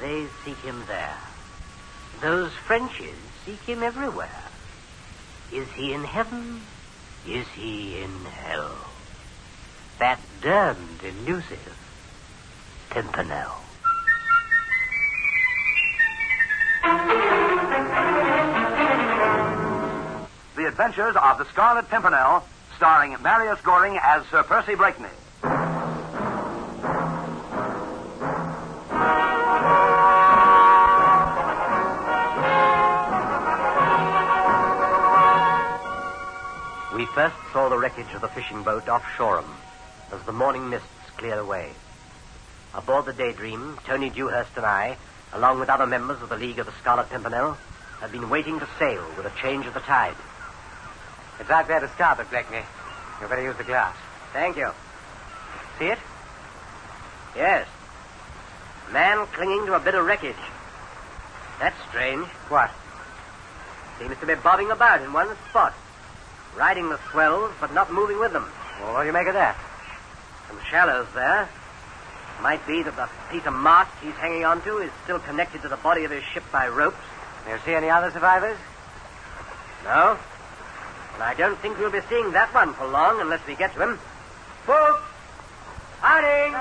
Malays seek him there. Those Frenches seek him everywhere. Is he in heaven? Is he in hell? That damned elusive Pimpernel. The Adventures of the Scarlet Pimpernel, starring Marius Goring as Sir Percy Blakeney. We first saw the wreckage of the fishing boat off Shoreham as the morning mists cleared away. Aboard the Daydream, Tony Dewhurst and I, along with other members of the League of the Scarlet Pimpernel, had been waiting to sail with a change of the tide. It's out there to starboard, Blakeney. You better use the glass. Thank you. See it? Yes. Man clinging to a bit of wreckage. That's strange. What? Seems to be bobbing about in one spot, riding the swells but not moving with them. Well, what do you make of that? Some shallows there. Might be that the piece of mast he's hanging onto is still connected to the body of his ship by ropes. You see any other survivors? No. And I don't think we'll be seeing that one for long unless we get to him. Folks! Hiding!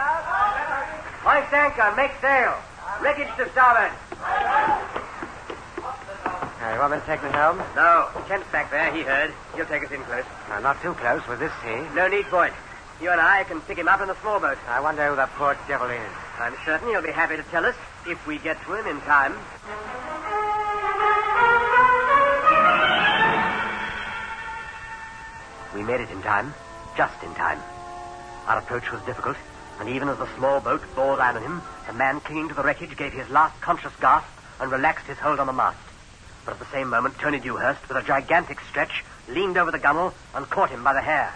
Hoist anchor, make sail! Wreckage to starboard! Uh, you want me to take the helm? No, Kent's back there, he heard. He'll take us in Uh, close. No, not too close with this sea. No need for it. You and I can pick him up in the small boat. I wonder who the poor devil is. I'm certain he'll be happy to tell us if we get to him in time. We made it in time, just in time. Our approach was difficult, and even as the small boat bore down on him, the man clinging to the wreckage gave his last conscious gasp and relaxed his hold on the mast. But at the same moment, Tony Dewhurst, with a gigantic stretch, leaned over the gunwale and caught him by the hair.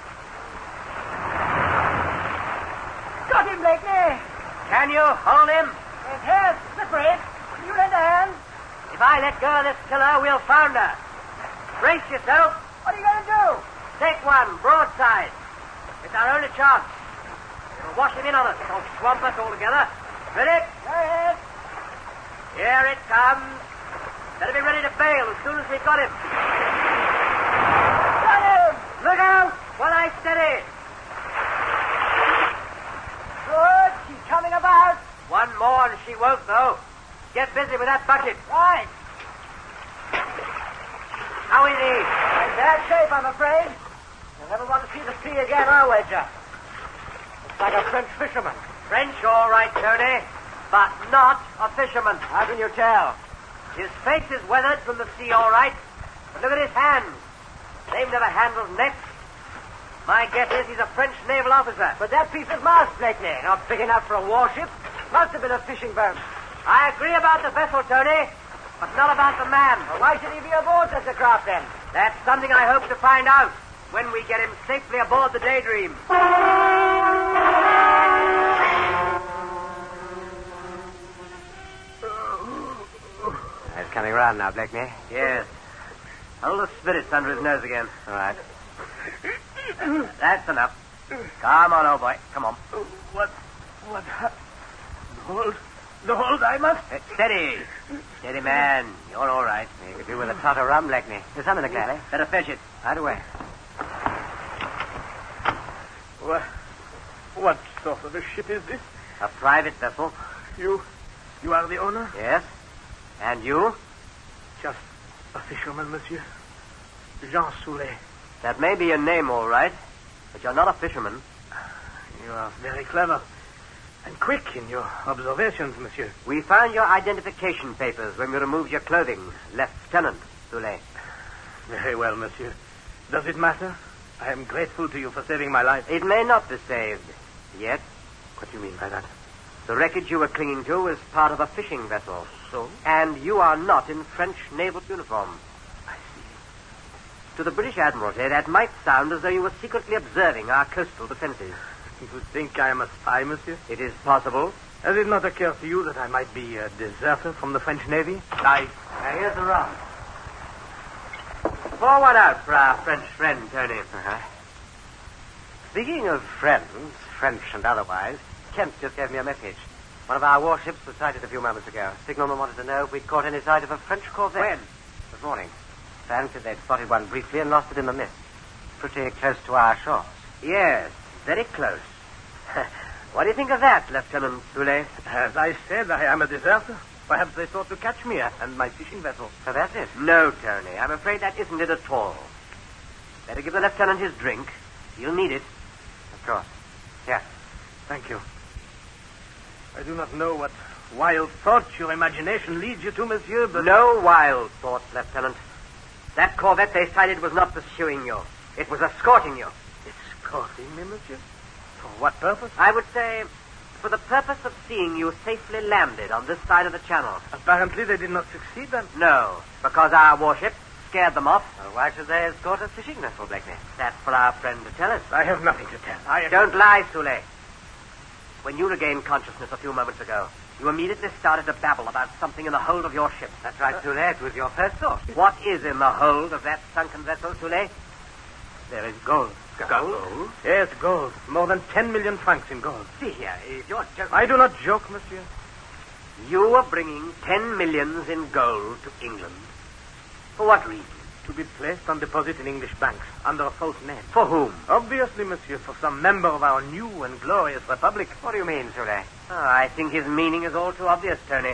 Got him, Blakeney. Can you hold him? His hair's slippery. Will you lend a hand? If I let go of this tiller, we'll founder. Brace yourself. What are you going to do? Take one, broadside. It's our only chance. It'll wash him in on us, or swamp us altogether. Ready? Go ahead. Here it comes. Better be ready to bail as soon as we've got him. Got him. Look out! While I steady. Good. She's coming about. One more and she won't, though. Get busy with that bucket. Right. How is he? In bad shape, I'm afraid. You'll never want to see the sea again, I'll wager. It's like a French fisherman. French, all right, Tony, but not a fisherman. How can you tell? His face is weathered from the sea, all right. But look at his hands. They've never handled nets. My guess is he's a French naval officer. But that piece of mast, Blakeney, not big enough for a warship. Must have been a fishing boat. I agree about the vessel, Tony, but not about the man. Why should he be aboard such a craft then? That's something I hope to find out when we get him safely aboard the Daydream. It's coming round now, Blakeney. Yes. Hold the spirits under his nose again. All right. That's enough. Come on, old boy. Come on. What? What? hap- Hold. The hold I must. Uh, Steady. Steady, man. You're all right. You could do with a tot of rum, Blakeney. There's some in the galley. Better fetch it. Right away. What? What sort of a ship is this? A private vessel. You. You are the owner? Yes. And you? Just a fisherman, monsieur. Jean Soulet. That may be your name, all right, but you're not a fisherman. You are very clever and quick in your observations, monsieur. We found your identification papers when we removed your clothing, Lieutenant Soule. Very well, monsieur. Does it matter? I am grateful to you for saving my life. It may not be saved yet. What do you mean by that? The wreckage you were clinging to was part of a fishing vessel. So? And you are not in French naval uniform. I see. To the British Admiralty, that might sound as though you were secretly observing our coastal defenses. You think I am a spy, monsieur? It is possible. Has it not occurred to you that I might be a deserter from the French Navy? I. Now, here's the rum. Pour one out for our French friend, Tony. Uh-huh. Speaking of friends, French and otherwise, Kent just gave me a message. One of our warships was sighted a few moments ago. Signalman wanted to know if we'd caught any sight of a French corvette. When? This morning. Van said they'd spotted one briefly and lost it in the mist. Pretty close to our shores. Yes, very close. what do you think of that, Lieutenant Soule? As I said, I am a deserter. Perhaps they sought to catch me and my fishing vessel. So that's it. No, Tony, I'm afraid that isn't it at all. Better give the lieutenant his drink. You'll need it. Of course. Yeah. Thank you. I do not know what wild thoughts your imagination leads you to, monsieur, but. No wild thoughts, Lieutenant. That corvette they sighted was not pursuing you. It was escorting you. Escorting me, monsieur? For what purpose? I would say for the purpose of seeing you safely landed on this side of the channel. Apparently they did not succeed then. No, because our warship scared them off. Well, why should they escort a fishing vessel, Blakeney? That's for our friend to tell us. I have nothing to tell. I Don't lie, Sule. When you regained consciousness a few moments ago, you immediately started to babble about something in the hold of your ship. That's right, Sule. It was your first thought. What is in the hold of that sunken vessel, Sule? There is gold. Gold? Yes, gold. More than ten million francs in gold. See here, if you're joking. I do not joke, monsieur. You were bringing ten millions in gold to England. For what reason? To be placed on deposit in English banks under a false name. For whom? Obviously, monsieur, for some member of our new and glorious republic. What do you mean, Sule? Oh, I think his meaning is all too obvious, Tony.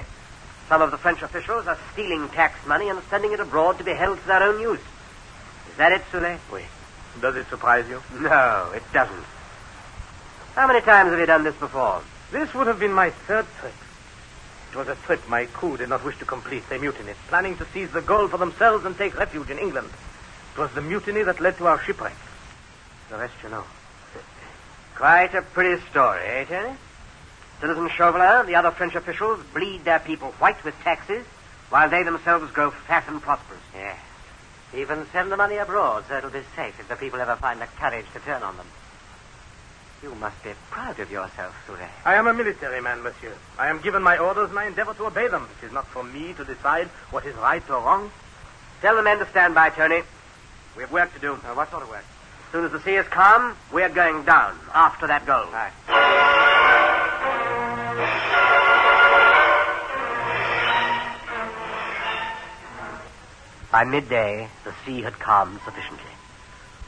Some of the French officials are stealing tax money and sending it abroad to be held for their own use. Is that it, Sule? Does it surprise you? No, it doesn't. How many times have you done this before? This would have been my third trip. It was a trip my crew did not wish to complete. They mutinied, planning to seize the gold for themselves and take refuge in England. It was the mutiny that led to our shipwreck. The rest you know. Quite a pretty story, eh, Tony? Citizen Chauvelin and the other French officials bleed their people white with taxes, while they themselves grow fat and prosperous. Yeah. Even send the money abroad so it'll be safe if the people ever find the courage to turn on them. You must be proud of yourself, Sule. I am a military man, monsieur. I am given my orders and I endeavor to obey them. It is not for me to decide what is right or wrong. Tell the men to stand by, Tony. We have work to do. Uh, what sort of work? As soon as the sea is calm, we're going down after that gold. Right. By midday, the sea had calmed sufficiently.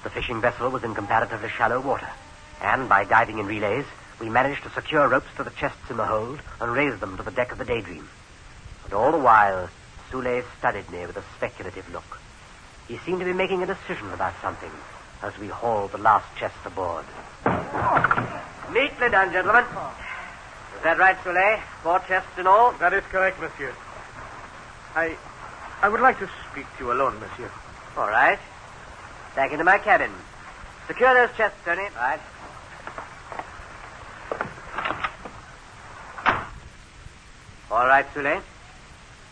The fishing vessel was in comparatively shallow water, and by diving in relays, we managed to secure ropes to the chests in the hold and raise them to the deck of the Daydream. And all the while, Sule studied me with a speculative look. He seemed to be making a decision about something as we hauled the last chest aboard. Neatly done, gentlemen. Is that right, Sule? Four chests in all? That is correct, monsieur. I. I would like to speak to you alone, monsieur. All right. Back into my cabin. Secure those chests, Tony. All right. All right, Sule.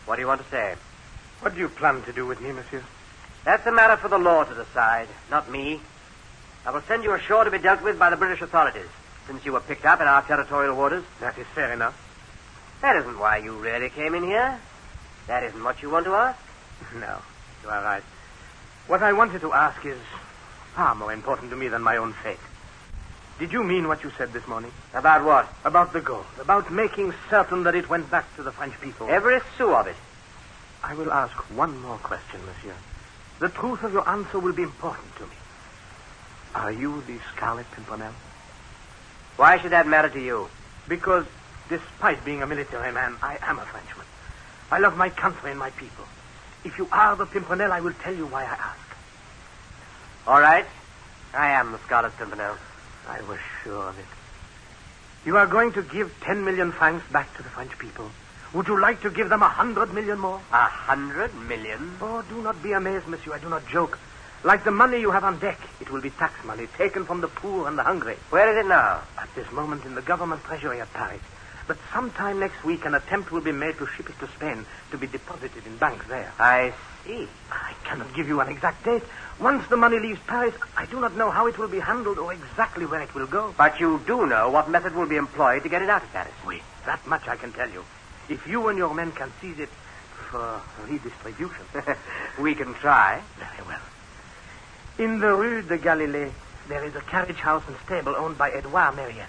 What do you want to say? What do you plan to do with me, monsieur? That's a matter for the law to decide, not me. I will send you ashore to be dealt with by the British authorities, since you were picked up in our territorial waters. That is fair enough. That isn't why you really came in here. That isn't what you want to ask. No, you are right. What I wanted to ask is far more important to me than my own fate. Did you mean what you said this morning? About what? About the gold, about making certain that it went back to the French people. Every sou of it. I will ask one more question, monsieur. The truth of your answer will be important to me. Are you the Scarlet Pimpernel? Why should that matter to you? Because, despite being a military man, I am a Frenchman. I love my country and my people. If you are the Pimpernel, I will tell you why I ask. All right. I am the Scarlet Pimpernel. I was sure of it. You are going to give ten million francs back to the French people. Would you like to give them a hundred million more? A hundred million? Oh, do not be amazed, monsieur. I do not joke. Like the money you have on deck, it will be tax money taken from the poor and the hungry. Where is it now? At this moment in the government treasury at Paris. But sometime next week, an attempt will be made to ship it to Spain to be deposited in banks there. Eh, I see. I cannot give you an exact date. Once the money leaves Paris, I do not know how it will be handled or exactly where it will go. But you do know what method will be employed to get it out of Paris. Wait, that much I can tell you. If you and your men can seize it for redistribution. we can try. Very well. In the Rue de Galilee, there is a carriage house and stable owned by Edouard Merrier.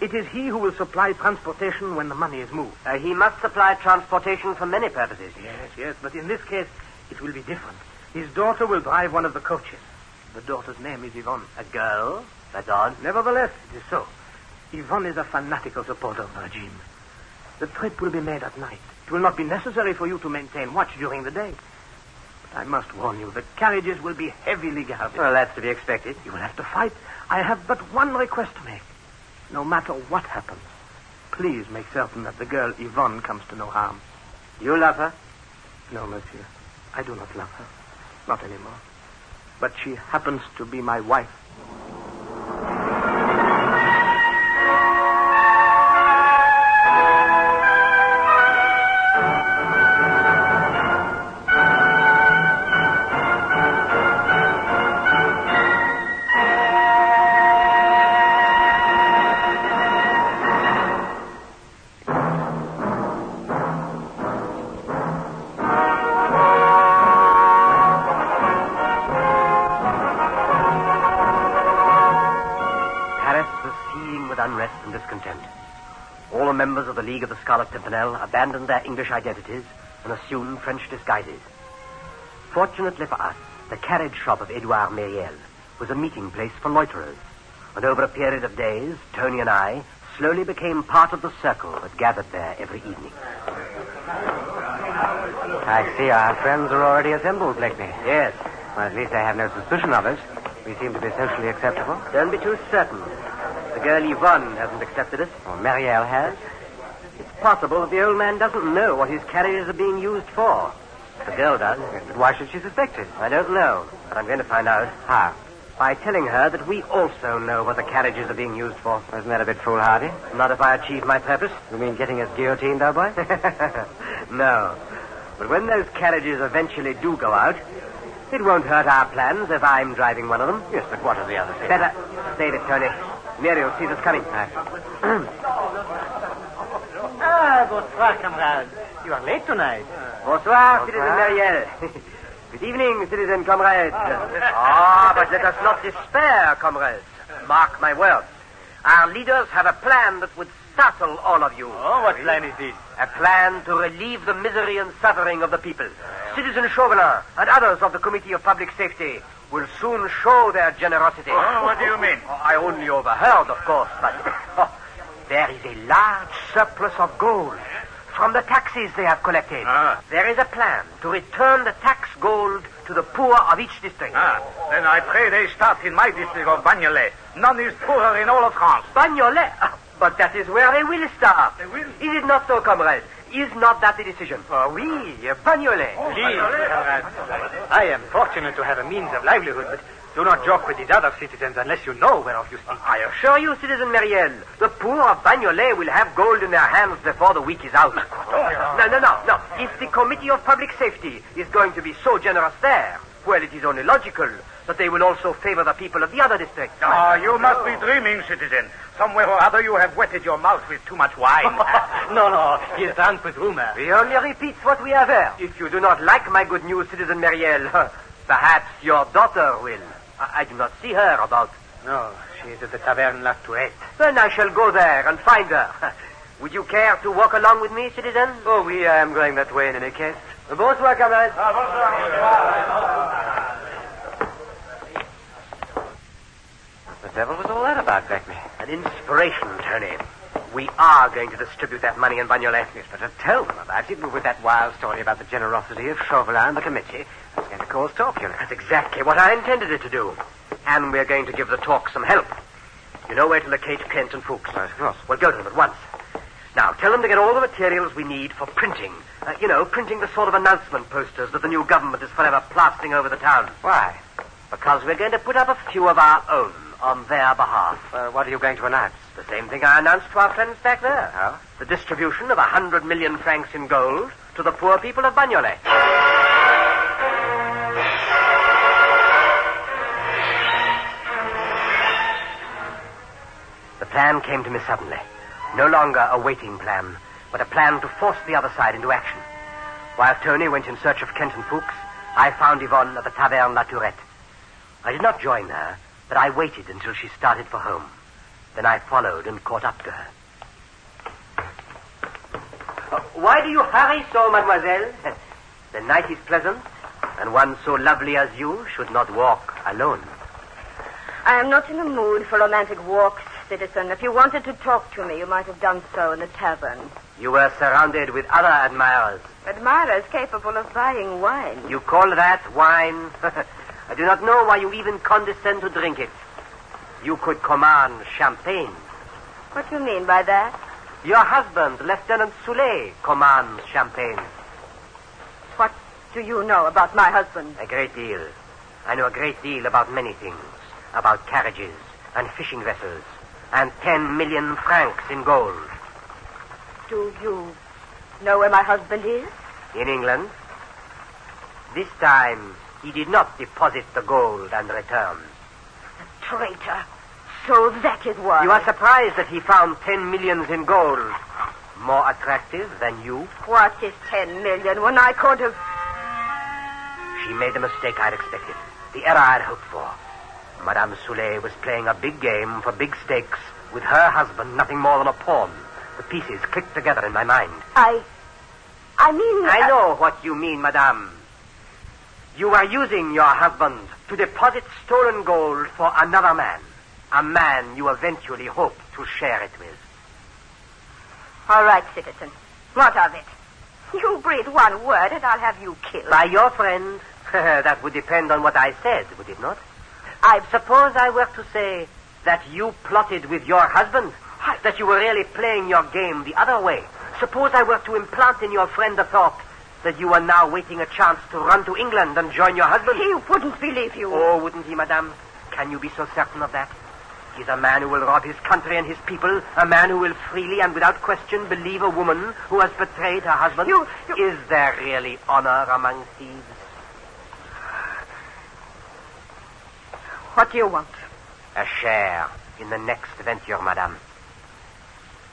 It is he who will supply transportation when the money is moved. Uh, he must supply transportation for many purposes. Yes, yes, but in this case, it will be different. His daughter will drive one of the coaches. The daughter's name is Yvonne. A girl? That's odd. Nevertheless, it is so. Yvonne is a fanatical supporter of the regime. The trip will be made at night. It will not be necessary for you to maintain watch during the day. But I must warn you, the carriages will be heavily guarded. Well, that's to be expected. You will have to fight. I have but one request to make. No matter what happens, please make certain that the girl Yvonne comes to no harm. You love her? No, monsieur. I do not love her. Not anymore. But she happens to be my wife. Paris was seething with unrest and discontent. All the members of the League of the Scarlet Pimpernel abandoned their English identities and assumed French disguises. Fortunately for us, the carriage shop of Edouard Meriel was a meeting place for loiterers, and over a period of days, Tony and I slowly became part of the circle that gathered there every evening. I see our friends are already assembled, Blakeney. Yes, Well, at least they have no suspicion of us. We seem to be socially acceptable. don't be too certain. The girl Yvonne hasn't accepted us. Or Marielle has. It's possible that the old man doesn't know what his carriages are being used for. The girl does. But why should she suspect us? I don't know, but I'm going to find out How? by telling her that we also know what the carriages are being used for. Wasn't that a bit foolhardy? Not if I achieve my purpose. You mean getting us guillotined, old boy? no. But when those carriages eventually do go out, it won't hurt our plans if I'm driving one of them. yes, but what are the other things? Better save it, Tony. Muriel sees us coming. Ah, bonsoir, comrade. You are late tonight. Bonsoir, citizen Muriel. Good evening, citizen comrades. Ah, but let us not despair, comrades. Mark my words. Our leaders have a plan that would startle all of you. Oh, what plan is this? A plan to relieve the misery and suffering of the people. Citizen Chauvelin and others of the Committee of Public Safety will soon show their generosity. Oh, what do you mean? I only overheard, of course, but there is a large surplus of gold from the taxes they have collected. Ah. There is a plan to return the tax gold to the poor of each district. Ah, then I pray they start in my district of Bagnolet. None is poorer in all of France. Bagnolet. Ah, But that is where they will start. They will? Is it not so, comrades? Is not that the decision? Ah, Oh, oui, Bagnolet. Please, comrades. I am fortunate to have a means of livelihood, but do not joke with these other citizens unless you know whereof you speak. I assure you, citizen Meriel, the poor of Bagnolet will have gold in their hands before the week is out. No, no, no, no. If the Committee of Public Safety is going to be so generous there, well, it is only logical that they will also favor the people of the other districts. Ah, you must be dreaming, citizen. Somewhere or other you have wetted your mouth with too much wine. no, no. He is drunk with rumor. He only repeats what we have heard. If you do not like my good news, citizen Meriel, perhaps your daughter will. I, I do not see her about. No, she is at the tavern La Tourette. Then I shall go there and find her. Would you care to walk along with me, citizen? Oh, we I am going that way in any case. Bonsoir, comrades. What the devil was all that about, Blakeney? An inspiration, Tony. We are going to distribute that money in Bagnolet. Yes, but to tell them about it, but with that wild story about the generosity of Chauvelin and the committee, that's going to cause talk, you know. That's exactly what I intended it to do. And we're going to give the talk some help. You know where to locate Kent and Fuchs. Yes, of course. Well, go to them at once. Now, tell them to get all the materials we need for printing. Uh, you know, printing the sort of announcement posters that the new government is forever plastering over the town. Why? Because we're going to put up a few of our own on their behalf. Well, what are you going to announce? The same thing I announced to our friends back there. How? The distribution of a hundred million francs in gold to the poor people of Bagnolet. The plan came to me suddenly. No longer a waiting plan, but a plan to force the other side into action. While Tony went in search of Kent and Fuchs, I found Yvonne at the Taverne La Tourette. I did not join her, but I waited until she started for home. Then I followed and caught up to her. Uh, Why do you hurry so, mademoiselle? The night is pleasant, and one so lovely as you should not walk alone. I am not in the mood for romantic walks, citizen. If you wanted to talk to me, you might have done so in the tavern. You were surrounded with other admirers. Admirers capable of buying wine. You call that wine? I do not know why you even condescend to drink it. You could command champagne. What do you mean by that? Your husband, Lieutenant Soule, commands champagne. What do you know about my husband? A great deal. I know a great deal about many things. About carriages and fishing vessels and ten million francs in gold. Do you know where my husband is? In England. This time, he did not deposit the gold and return. Traitor. So that is why. You are surprised that he found ten millions in gold. More attractive than you? What is ten million when I could have. She made the mistake I'd expected, the error I'd hoped for. Madame Soule was playing a big game for big stakes with her husband, nothing more than a pawn. The pieces clicked together in my mind. I. I mean. I know what you mean, madame. You were using your husband to deposit stolen gold for another man. A man you eventually hope to share it with. All right, citizen. What of it? You breathe one word and I'll have you killed. By your friend. that would depend on what I said, would it not? I suppose I were to say that you plotted with your husband, that you were really playing your game the other way. Suppose I were to implant in your friend the thought that you were now waiting a chance to run to England and join your husband. He wouldn't believe you. Oh, wouldn't he, madame? Can you be so certain of that? He's a man who will rob his country and his people, a man who will freely and without question believe a woman who has betrayed her husband. You- you- Is there really honor among thieves? What do you want? A share in the next venture, madame.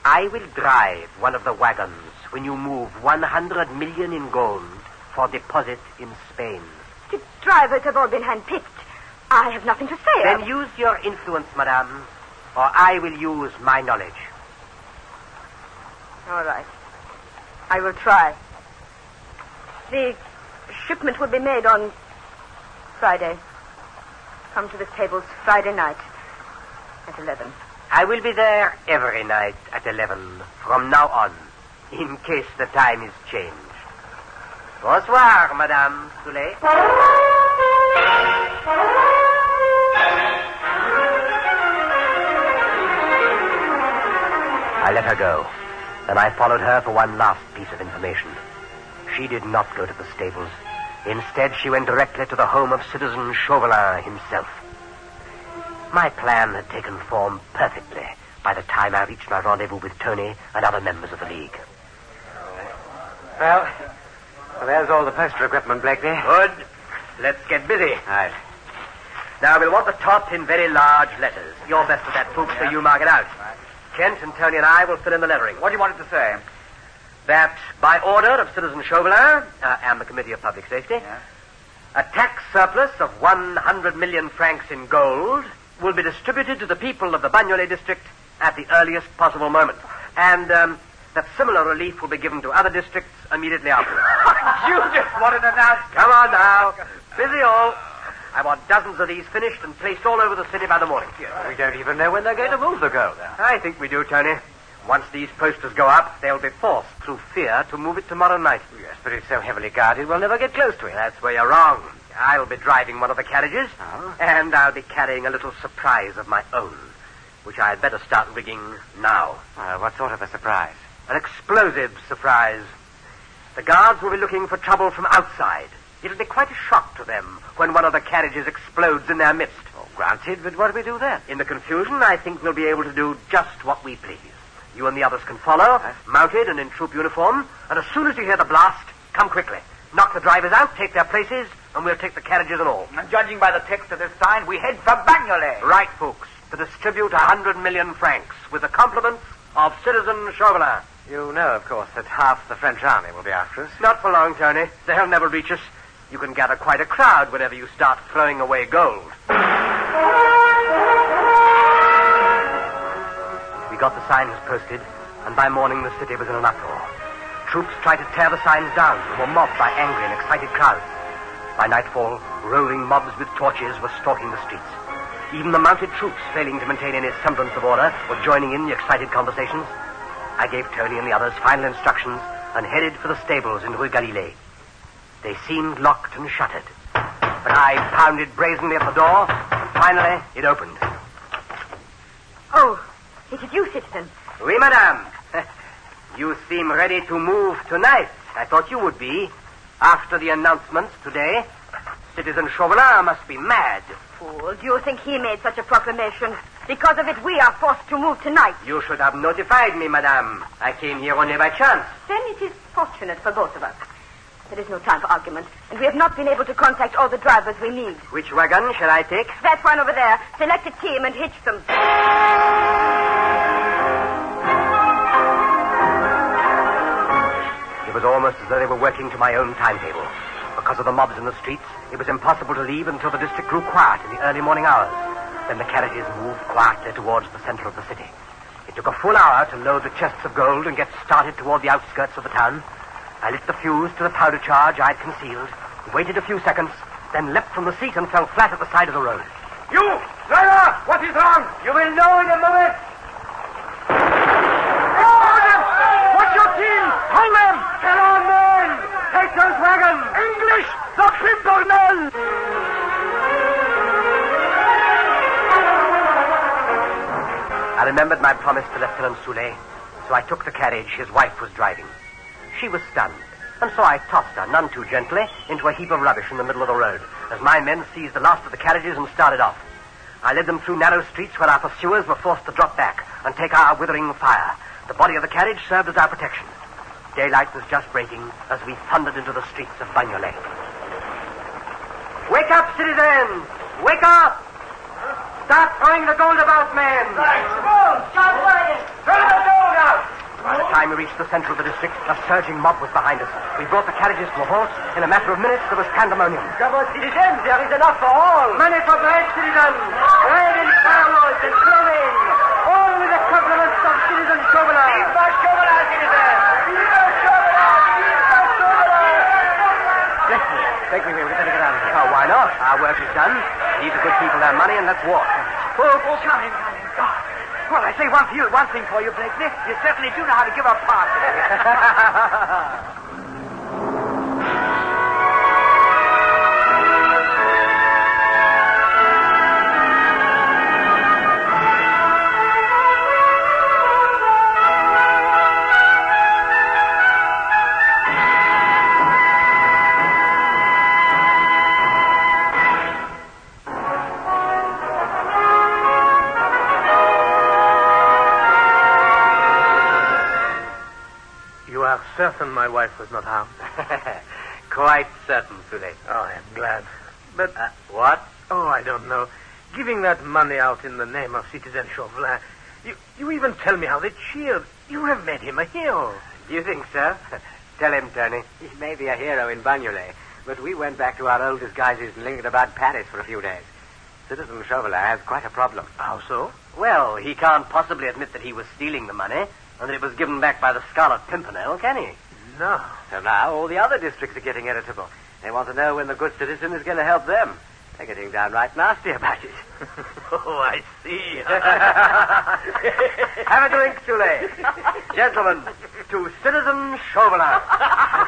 I will drive one of the wagons when you move 100 million in gold for deposit in Spain. The drivers have all been handpicked. I have nothing to say. Then use your influence, madame, or I will use my knowledge. All right. I will try. The shipment will be made on Friday. Come to the tables Friday night at 11. I will be there every night at 11 from now on, in case the time is changed. Bonsoir, madame Soule. I let her go. Then I followed her for one last piece of information. She did not go to the stables. Instead, she went directly to the home of Citizen Chauvelin himself. My plan had taken form perfectly by the time I reached my rendezvous with Tony and other members of the League. Well, well, there's all the poster equipment, Blakely. Good. Let's get busy. Right. Now, we'll want the top in very large letters. Your best at that, Fuchs, so you mark it out. Kent and Tony and I will fill in the lettering. What do you want it to say? That, by order of Citizen Chauvelin uh, and the Committee of Public Safety, Yeah. a tax surplus of 100 million francs in gold will be distributed to the people of the Bagnolet district at the earliest possible moment. And um, that similar relief will be given to other districts immediately afterwards. you just wanted an announcement. Come on now. Busy all. I want dozens of these finished and placed all over the city by the morning. We don't even know when they're going to move the gold. I think we do, Tony. Once these posters go up, they'll be forced through fear to move it tomorrow night. Oh, Yes, but it's so heavily guarded, we'll never get close to it. That's where you're wrong. I'll be driving one of the carriages, Oh. and I'll be carrying a little surprise of my own, which I'd better start rigging now. Well, Uh, what sort of a surprise? An explosive surprise. The guards will be looking for trouble from outside. It'll be quite a shock to them when one of the carriages explodes in their midst. Oh, Granted, but what do we do then? In the confusion, I think we'll be able to do just what we please. You and the others can follow, mounted and in troop uniform, and as soon as you hear the blast, come quickly. Knock the drivers out, take their places, and we'll take the carriages and all. And judging by the text of this sign, we head for Bagnolet. Right, folks, to distribute a hundred million francs with the compliments of Citizen Chauvelin. You know, of course, that half the French army will be after us. Not for long, Tony. They'll never reach us. You can gather quite a crowd whenever you start throwing away gold. We got the sign was posted, and by morning the city was in an uproar. Troops tried to tear the signs down and were mobbed by angry and excited crowds. By nightfall, rolling mobs with torches were stalking the streets. Even the mounted troops, failing to maintain any semblance of order, were joining in the excited conversations. I gave Tony and the others final instructions and headed for the stables in Rue Galilée. They seemed locked and shuttered. But I pounded brazenly at the door, and finally it opened. Oh, it is you, citizen. Oui, madame. You seem ready to move tonight. I thought you would be. After the announcements today, Citizen Chauvelin must be mad. Fool, do you think he made such a proclamation? Because of it, we are forced to move tonight. You should have notified me, madame. I came here only by chance. Then it is fortunate for both of us. There is no time for argument, and we have not been able to contact all the drivers we need. Which wagon shall I take? That one over there. Select a team and hitch them. It was almost as though they were working to my own timetable. Because of the mobs in the streets, it was impossible to leave until the district grew quiet in the early morning hours. Then the carriages moved quietly towards the center of the city. It took a full hour to load the chests of gold and get started toward the outskirts of the town. I lit the fuse to the powder charge I'd concealed, waited a few seconds, then leapt from the seat and fell flat at the side of the road. You, driver, what is wrong? You will know in a moment. Hold them! What's your team? Hold them! Get on, men! Take those wagons! English! The Crimpernel! I remembered my promise to Lieutenant Soulet, so I took the carriage his wife was driving. She was stunned, and so I tossed her, none too gently, into a heap of rubbish in the middle of the road, as my men seized the last of the carriages and started off. I led them through narrow streets where our pursuers were forced to drop back and take our withering fire. The body of the carriage served as our protection. Daylight was just breaking as we thundered into the streets of Bagnolet. Wake up, citizens! Wake up! Stop throwing the gold about, men! By the time we reached the center of the district, a surging mob was behind us. We brought the carriages to a halt. In a matter of minutes, there was pandemonium. Bravo, citizens! There is enough for all! Money for bread, citizens! Bread and flowers and clothing! All with the compliments of citizen Chauvelin! Viva Chauvelin, citizens! Bless me. Take me here. We'd better get out of here. Oh, why not? Our work is done. Leave the good people their money and let's walk. Oh, oh, come in, come in. God. Well, I say one for you, one thing for you, Blakeney. You certainly do know how to give a party. You are certain my wife was not harmed? Quite certain, Sule. Oh, I'm glad. But, Uh, what? oh, I don't know. Giving that money out in the name of Citizen Chauvelin, you, you even tell me how they cheered. You have made him a hero. Do you think so? Tell him, Tony. He may be a hero in Bagnolet, but we went back to our old disguises and lingered about Paris for a few days. Citizen Chauvelin has quite a problem. How so? Well, he can't possibly admit that he was stealing the money and that it was given back by the Scarlet Pimpernel, can he? No. So now all the other districts are getting irritable. They want to know when the good citizen is going to help them. They're getting downright nasty about it. oh, I see. Have a drink, Sule. Gentlemen, to Citizen Chauvelin.